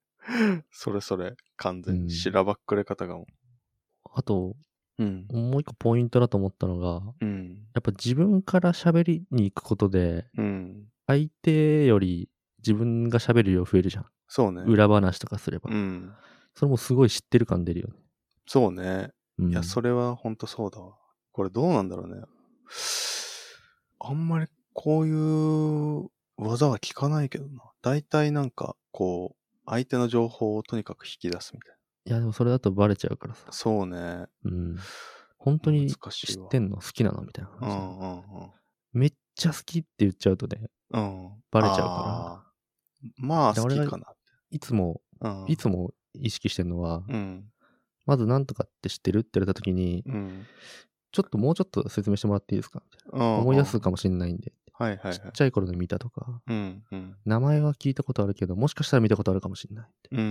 Speaker 1: それそれ、完全
Speaker 2: うん
Speaker 1: に。しらばっくれ方がも
Speaker 2: あと、
Speaker 1: う。うん。
Speaker 2: もう一個ポイントだと思ったのが、
Speaker 1: うん。
Speaker 2: やっぱ自分から喋りに行くことで、
Speaker 1: うん。
Speaker 2: 相手より自分が喋る量増えるじゃん。
Speaker 1: そうね。
Speaker 2: 裏話とかすれば。
Speaker 1: うん。
Speaker 2: それもすごい知ってる感出るよね。
Speaker 1: そうね。
Speaker 2: うん、
Speaker 1: いや、それはほんとそうだわ。これどうなんだろうね。あんまりこういう技は聞かないけどな。大体なんか、こう、相手の情報をとにかく引き出すみたい
Speaker 2: いや、でもそれだとバレちゃうからさ
Speaker 1: な。。そうね。
Speaker 2: うん。本当に
Speaker 1: 難し
Speaker 2: 知
Speaker 1: いわ
Speaker 2: ってんの好きなのみたいな
Speaker 1: う
Speaker 2: 話、
Speaker 1: んうんうん。
Speaker 2: めっちゃ好きって言っちゃうとね、
Speaker 1: うん。
Speaker 2: バレちゃうから
Speaker 1: ら。まあ、
Speaker 2: じゃあ
Speaker 1: 好き
Speaker 2: 俺が
Speaker 1: かな。
Speaker 2: いつも、
Speaker 1: うん。
Speaker 2: いつも意識してるのは、
Speaker 1: うん。
Speaker 2: まずなんとかって知ってるって言われた時に、
Speaker 1: うん。
Speaker 2: ちょっともうちょっと説明してもらっていいですかみたいな
Speaker 1: 思
Speaker 2: 思い出す。かもしれないんで、
Speaker 1: はいはいはい
Speaker 2: ち。っちゃい頃の見たとか、
Speaker 1: うんうん。
Speaker 2: 名前は聞いたことあるけど、もしかしたら見たことあるかもしれないって
Speaker 1: うんう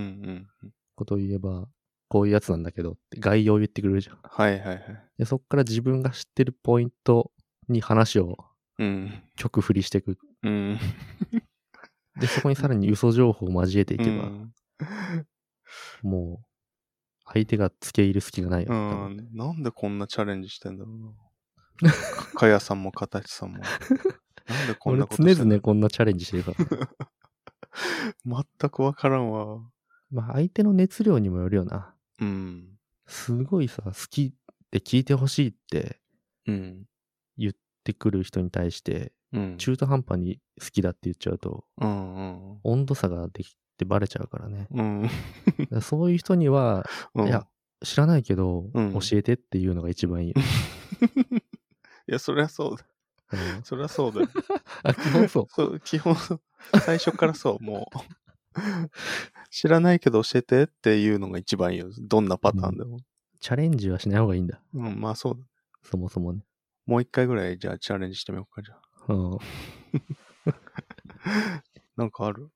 Speaker 1: ん。
Speaker 2: ことを言えば、こういうやつなんだけどって概要を言ってくれるじゃん。
Speaker 1: はいはいはい。
Speaker 2: で、そっから自分が知ってるポイントに話を
Speaker 1: うん。
Speaker 2: 曲振りしていく。
Speaker 1: うん。
Speaker 2: で、そこにさらに嘘情報を交えていけば、
Speaker 1: [laughs] うん
Speaker 2: もう、相手が付け入る隙がないよ、
Speaker 1: う
Speaker 2: 多分
Speaker 1: ん。なんでこんなチャレンジしてんだろ
Speaker 2: [laughs]
Speaker 1: うな。かやさんもかたちさんも。なんでこん
Speaker 2: 俺
Speaker 1: なこと
Speaker 2: 常
Speaker 1: してんだ
Speaker 2: 々こんなチャレンジしてるからね。
Speaker 1: 全くわからんわ。
Speaker 2: [laughs] まあ相手の熱量にもよるよな。
Speaker 1: うん。
Speaker 2: すごいさ、好きって聞いてほしいって
Speaker 1: うん。
Speaker 2: 言ってくる人に対して、
Speaker 1: うん。
Speaker 2: 中途半端に好きだって言っちゃうと、
Speaker 1: うんうん
Speaker 2: 温度差ができてバレちゃうからね。
Speaker 1: うん。
Speaker 2: だからそういう人には、
Speaker 1: うん。
Speaker 2: いや、知らないけど、
Speaker 1: うん
Speaker 2: 教えてっていうのが一 [laughs] 番いいよ。
Speaker 1: いや、そりゃそうだ。
Speaker 2: うん
Speaker 1: そりゃそうだよ。
Speaker 2: あ、基本そう。
Speaker 1: そう、基本、最初からそう、もう。
Speaker 2: [laughs]
Speaker 1: 知らないけど教えてっていうのが一番いいよ。どんなパターンでも。
Speaker 2: チャレンジはしない方がいいんだ。
Speaker 1: うん、まあそうだ。
Speaker 2: そもそもね。
Speaker 1: もう一回ぐらい、じゃあチャレンジしてみようか、じゃあ。
Speaker 2: うん。
Speaker 1: なんかある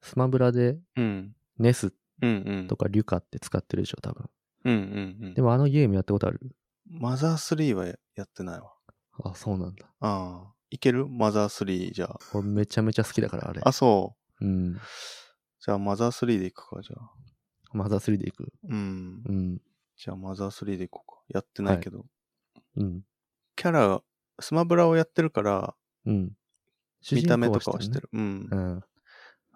Speaker 2: スマブラで
Speaker 1: うん。
Speaker 2: ネス
Speaker 1: うんうん
Speaker 2: と。かリュカって使ってるでしょ、多分。
Speaker 1: うんうんうん。
Speaker 2: でもあのゲームやったことある
Speaker 1: マザー3はやってないわ。
Speaker 2: あ、そうなんだ。
Speaker 1: ああ。いけるマザー3じゃあ。
Speaker 2: 俺めちゃめちゃ好きだから、あれ。
Speaker 1: あ、そう。
Speaker 2: うん。
Speaker 1: じゃあマザー3でいくか、じゃあ。
Speaker 2: マザー3でいく。
Speaker 1: うん。
Speaker 2: うん。
Speaker 1: じゃあマザー3でいこうか。やってないけど。
Speaker 2: うん。
Speaker 1: キャラ、スマブラをやってるから、
Speaker 2: うん。
Speaker 1: 見た目とかはして
Speaker 2: る。
Speaker 1: る。うん
Speaker 2: う。ん。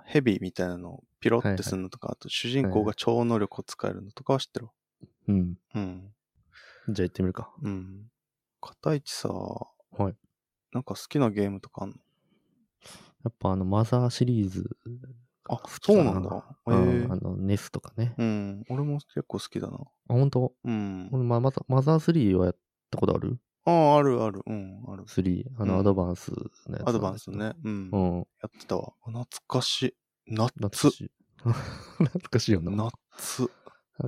Speaker 1: ヘビーみたいなのをピロ
Speaker 2: はい
Speaker 1: っ
Speaker 2: は
Speaker 1: て
Speaker 2: い
Speaker 1: するのとか、あと主人公が超能力を使えるのとかは知ってるわ。
Speaker 2: うん。
Speaker 1: うん。
Speaker 2: じゃあ行ってみるか。
Speaker 1: うん。片市さ、
Speaker 2: はい。
Speaker 1: なんか好きなゲームとかあんの
Speaker 2: やっぱあの、マザーシリーズが
Speaker 1: あ
Speaker 2: 好、き
Speaker 1: そ
Speaker 2: か
Speaker 1: うなんだ。へえ
Speaker 2: うんあの、ネスとかね。
Speaker 1: うん。俺も結構好きだな。
Speaker 2: あ、本当
Speaker 1: うん。
Speaker 2: 俺、ま、マザーマザー3はやったことある
Speaker 1: ああ、あるある。うん、ある。
Speaker 2: ?3。あ
Speaker 1: う
Speaker 2: の、
Speaker 1: ん
Speaker 2: アドバンスのやつ。
Speaker 1: アドバンス。ね。うん。
Speaker 2: う
Speaker 1: や
Speaker 2: ん。
Speaker 1: ってたわ。懐かしい。夏。
Speaker 2: 懐かしい。 [laughs] 懐かしいよな。なんか
Speaker 1: 夏。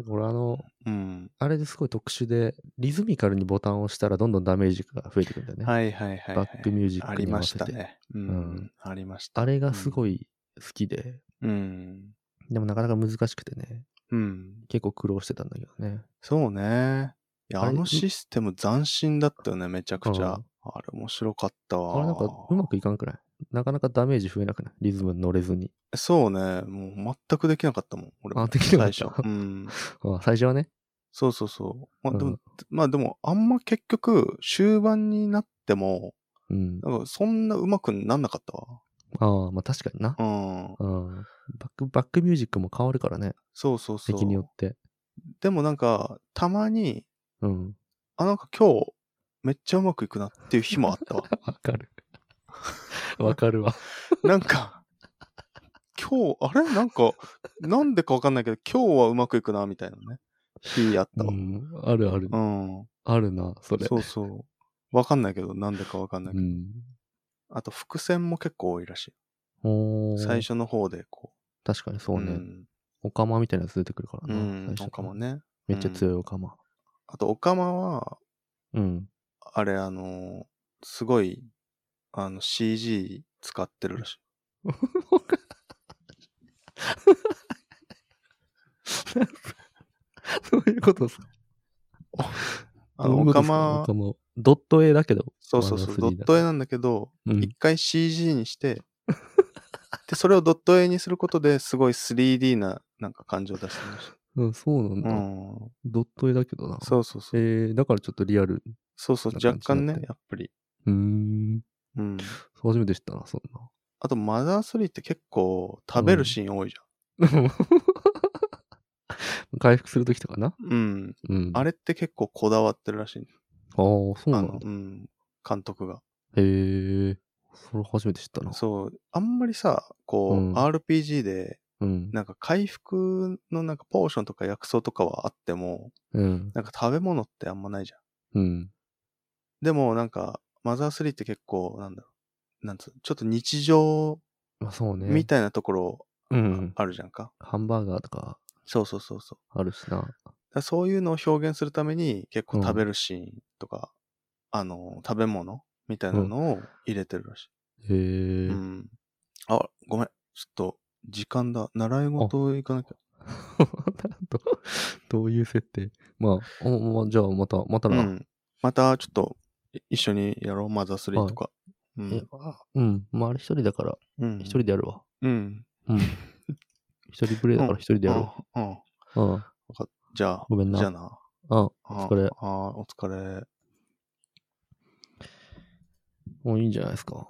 Speaker 2: 俺あの、
Speaker 1: うん。
Speaker 2: あれですごい特殊で、リズミカルにボタンを押したらどんどんダメージが増えてくんだよね。
Speaker 1: はいはいはい、はい。
Speaker 2: バックミュージッ
Speaker 1: あ
Speaker 2: ク
Speaker 1: り
Speaker 2: に合
Speaker 1: ま
Speaker 2: わ
Speaker 1: し
Speaker 2: せ
Speaker 1: た
Speaker 2: て。
Speaker 1: ね。う
Speaker 2: うんん。
Speaker 1: ありました。
Speaker 2: あれがすごい好きで、
Speaker 1: うん。
Speaker 2: でもなかなか難しくてね、
Speaker 1: うん。
Speaker 2: 結構苦労してたんだけどね。
Speaker 1: そうね。いや、
Speaker 2: あれ
Speaker 1: あのシステム斬新だったよね、めちゃくちゃ。
Speaker 2: うん
Speaker 1: あれ面白かった
Speaker 2: あ
Speaker 1: わ。
Speaker 2: れなんかうまくいかんくないなかなかダメージ増えなくないリズムに乗れずに。
Speaker 1: そうね、もう全くできなかったもん、俺も。
Speaker 2: あできなかった
Speaker 1: 最初。うん。
Speaker 2: あ最初はね。
Speaker 1: そうそうそう。まあでも、
Speaker 2: うん
Speaker 1: まあでも、あんま結局、終盤になっても、
Speaker 2: うん。
Speaker 1: なんかそんなうまくなんなかったわ。
Speaker 2: ああ、まあ確かにな。
Speaker 1: うん。
Speaker 2: うん。バック、バックミュージックも変わるからね。
Speaker 1: そうそうそう。
Speaker 2: 敵によって。
Speaker 1: でもなんか、たまに、
Speaker 2: うん。
Speaker 1: あ、なんか今日、めっちゃうまくいくなっていう日もあった
Speaker 2: [laughs]
Speaker 1: わ。
Speaker 2: [laughs] わかる。わかるわ。
Speaker 1: なんか、今日、あれなんか、なんでかわかんないけど、今日はうまくいくな、みたいなね。日やった
Speaker 2: [laughs] う
Speaker 1: わ。
Speaker 2: ん。あるある。
Speaker 1: うん。
Speaker 2: あるな、それ。
Speaker 1: そうそう。わかんないけど、なんでかわかんないけ
Speaker 2: う
Speaker 1: ど。
Speaker 2: ん。
Speaker 1: あと、伏線も結構多いらしい。
Speaker 2: おー
Speaker 1: 最初の方で、こ
Speaker 2: 確かに
Speaker 1: う。
Speaker 2: そうね。
Speaker 1: ん。
Speaker 2: オカマみたいなやつ出てくるから
Speaker 1: う
Speaker 2: な。
Speaker 1: ん
Speaker 2: 最。初
Speaker 1: オカマ。ね。
Speaker 2: めっちゃ強いオカマ。
Speaker 1: あと、オカマは、
Speaker 2: うん。
Speaker 1: あれ、あのーすごい、あの、CG 使ってるらしい。
Speaker 2: [laughs] そういうことですか。
Speaker 1: あの、オ
Speaker 2: どういうこ
Speaker 1: カ
Speaker 2: とですか
Speaker 1: マ
Speaker 2: オ、カマ。ドット絵だけど。
Speaker 1: そうそうそう、ド
Speaker 2: マナー3
Speaker 1: ット絵なんだけど、
Speaker 2: うん
Speaker 1: 一回 CG にして、で、それをドット絵にすることですごい 3D ななんか感じを出してまし
Speaker 2: うん、そうなん
Speaker 1: た。
Speaker 2: だ。
Speaker 1: うん。
Speaker 2: ドット絵だけどな。
Speaker 1: そうそうそう。
Speaker 2: えー、だからちょっとリアル。
Speaker 1: そうそう、
Speaker 2: そんな
Speaker 1: 若
Speaker 2: 感じに
Speaker 1: 干
Speaker 2: なっ
Speaker 1: ね
Speaker 2: て、る
Speaker 1: やっぱり。
Speaker 2: うーん。
Speaker 1: うん。
Speaker 2: 初めて知ったな、そんな。
Speaker 1: あと、マザー3って結構食べるシーン多いじ
Speaker 2: [laughs] 回復するときとかな。
Speaker 1: ゃん。うん。
Speaker 2: うん。
Speaker 1: あ
Speaker 2: れ
Speaker 1: れって結構こだわってるらしい。
Speaker 2: ああ、そうな
Speaker 1: あ
Speaker 2: ん
Speaker 1: のう
Speaker 2: だ、。
Speaker 1: ん。監督が。
Speaker 2: へえ。それ初めて知ったな。
Speaker 1: そう。あんまりさ、こう、
Speaker 2: うん
Speaker 1: RPG で、
Speaker 2: う。うん。
Speaker 1: なんか回復のなんかポーションとか薬草とかはあっても、
Speaker 2: うん。
Speaker 1: なんか食べ物ってあんまないじゃん。
Speaker 2: うん。
Speaker 1: でもなんか、マザー3って結構、なんだろう、なんつうの、ちょっと日常
Speaker 2: まあそうね。
Speaker 1: みたいなところ
Speaker 2: うん。
Speaker 1: あるじゃんか。
Speaker 2: ハンバーガーとか
Speaker 1: そうそうそうそう。
Speaker 2: あるしな。
Speaker 1: だからそういうのを表現するために結
Speaker 2: う
Speaker 1: 構
Speaker 2: ん
Speaker 1: 食べるシーンとか、あの、食べ物みたいなのを入れてるらし
Speaker 2: へえ。
Speaker 1: い。うん。あ、ごめん。ちょっと、時間だ。習い事行かなきゃ。
Speaker 2: [laughs] どどういう設定まあ、おまあじゃあまた、また
Speaker 1: う
Speaker 2: な。
Speaker 1: ん。また、ちょっと、い一緒にやろう。マザー3とか。
Speaker 2: えあうん。まああれ一人だから、
Speaker 1: うん。
Speaker 2: 一人でやるわ。
Speaker 1: うん。
Speaker 2: うん。 [laughs] 一人プレイだから一人でやる。
Speaker 1: うん。うん。
Speaker 2: うん。うん。
Speaker 1: じゃあ、
Speaker 2: ごめんな
Speaker 1: じゃあな。
Speaker 2: お
Speaker 1: お
Speaker 2: 疲れ。
Speaker 1: あーお疲れ。
Speaker 2: もういいんじゃないですか。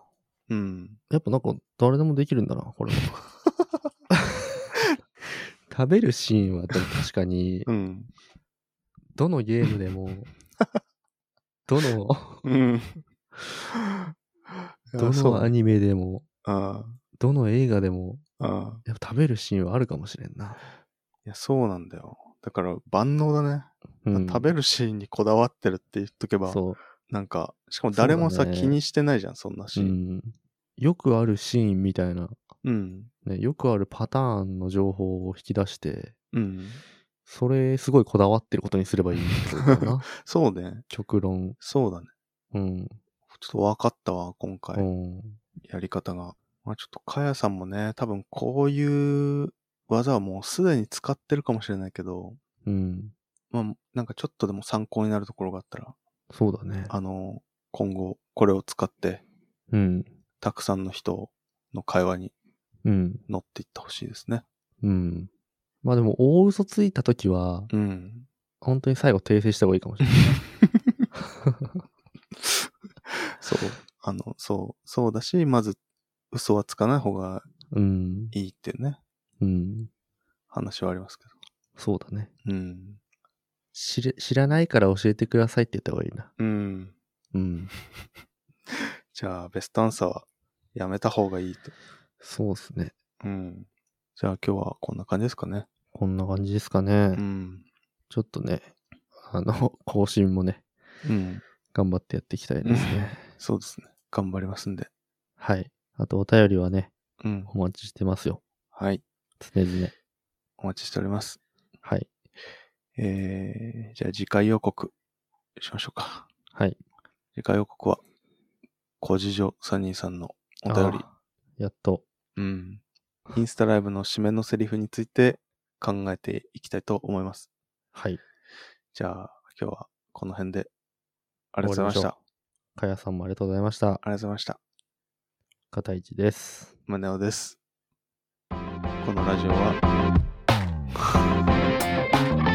Speaker 1: うん。
Speaker 2: やっぱなんか誰でもできるんだな、これ [laughs] も。食べるシーンはでも確かに、
Speaker 1: うん。
Speaker 2: どのゲームでも、ど [laughs] の、
Speaker 1: うん。 [laughs]
Speaker 2: ど
Speaker 1: そ
Speaker 2: のア
Speaker 1: う。
Speaker 2: ニメでも、
Speaker 1: あ
Speaker 2: どの映画でも、
Speaker 1: あ。ああ。
Speaker 2: やっぱ食べるシーンはあるかもしれんな。
Speaker 1: いや、そうなんだよ。だから、万能だね。
Speaker 2: うん
Speaker 1: 食べるシーンにこだわってるって言っとけば、
Speaker 2: そ
Speaker 1: なんか、しかも誰も
Speaker 2: そ
Speaker 1: さ、
Speaker 2: うだね
Speaker 1: 気にしてないじゃん、そんな
Speaker 2: う、
Speaker 1: シ
Speaker 2: う
Speaker 1: ーン。
Speaker 2: ん。よくあるシーンみたいな、
Speaker 1: うん。
Speaker 2: ね、よくあるパターンの情報を引き出して、
Speaker 1: うん。
Speaker 2: それすごいこだわってることにすればいいってこと
Speaker 1: [laughs]
Speaker 2: かな。
Speaker 1: そうね。
Speaker 2: 極論。
Speaker 1: そうだね。
Speaker 2: うん。
Speaker 1: ちょっと分かったわ、今
Speaker 2: う
Speaker 1: 回。
Speaker 2: ん。
Speaker 1: やり方が。まあちょっと、かやさんもね、多分こういう技はもうすでに使ってるかもしれないけど、
Speaker 2: うん。
Speaker 1: まあなんかちょっとでも参考になるところがあったら、
Speaker 2: そうだね。
Speaker 1: あの、今後、これを使って、
Speaker 2: うん。
Speaker 1: たくさんの人の会話に
Speaker 2: うん。
Speaker 1: 乗っていってほしいですね。
Speaker 2: うん。まあでも、大嘘ついたときは、
Speaker 1: うん。
Speaker 2: 本当に最後訂正した方がいいかもしれ
Speaker 1: [laughs]
Speaker 2: ない。
Speaker 1: そう。あの、そう、そうだし、まず、嘘はつかない方が
Speaker 2: うん。
Speaker 1: いいっていうね、
Speaker 2: うん。
Speaker 1: 話はありますけ
Speaker 2: そうだね。
Speaker 1: ど。うん。
Speaker 2: 知れ知らないから教えてくださいって言った方がいいな。
Speaker 1: うん。
Speaker 2: うん。
Speaker 1: じゃあ、ベストアンサーはやめた方がいいと。
Speaker 2: そうですね。
Speaker 1: うん。じゃあ今日はこんな感じですかね。
Speaker 2: こんな感じですかね。
Speaker 1: うん。
Speaker 2: ちょっとね、あの、 [laughs] 更新もね、
Speaker 1: うん。
Speaker 2: 頑張ってやっていきたいですね。
Speaker 1: そうですね。頑張りますんで。
Speaker 2: はい。あと、お便りはね、
Speaker 1: うん。
Speaker 2: お待ちしてますよ。
Speaker 1: はい。
Speaker 2: 常々。
Speaker 1: お待ちしております。
Speaker 2: はい。
Speaker 1: えー、じゃあ次回予告しましょうか。
Speaker 2: はい。
Speaker 1: 次回予告は、小次女サニーさんのお
Speaker 2: あ
Speaker 1: 便り
Speaker 2: ー。やっと。
Speaker 1: うん。インスタライブの締めのセリフについて考えていきたいと思います。
Speaker 2: はい。
Speaker 1: じゃあ今日はこの辺でありがとうございまし
Speaker 2: 終わり
Speaker 1: た。
Speaker 2: ましょうかやさんもありがとうございました。
Speaker 1: ありがとうございました。
Speaker 2: 片市です。
Speaker 1: 宗男です。このラジオは、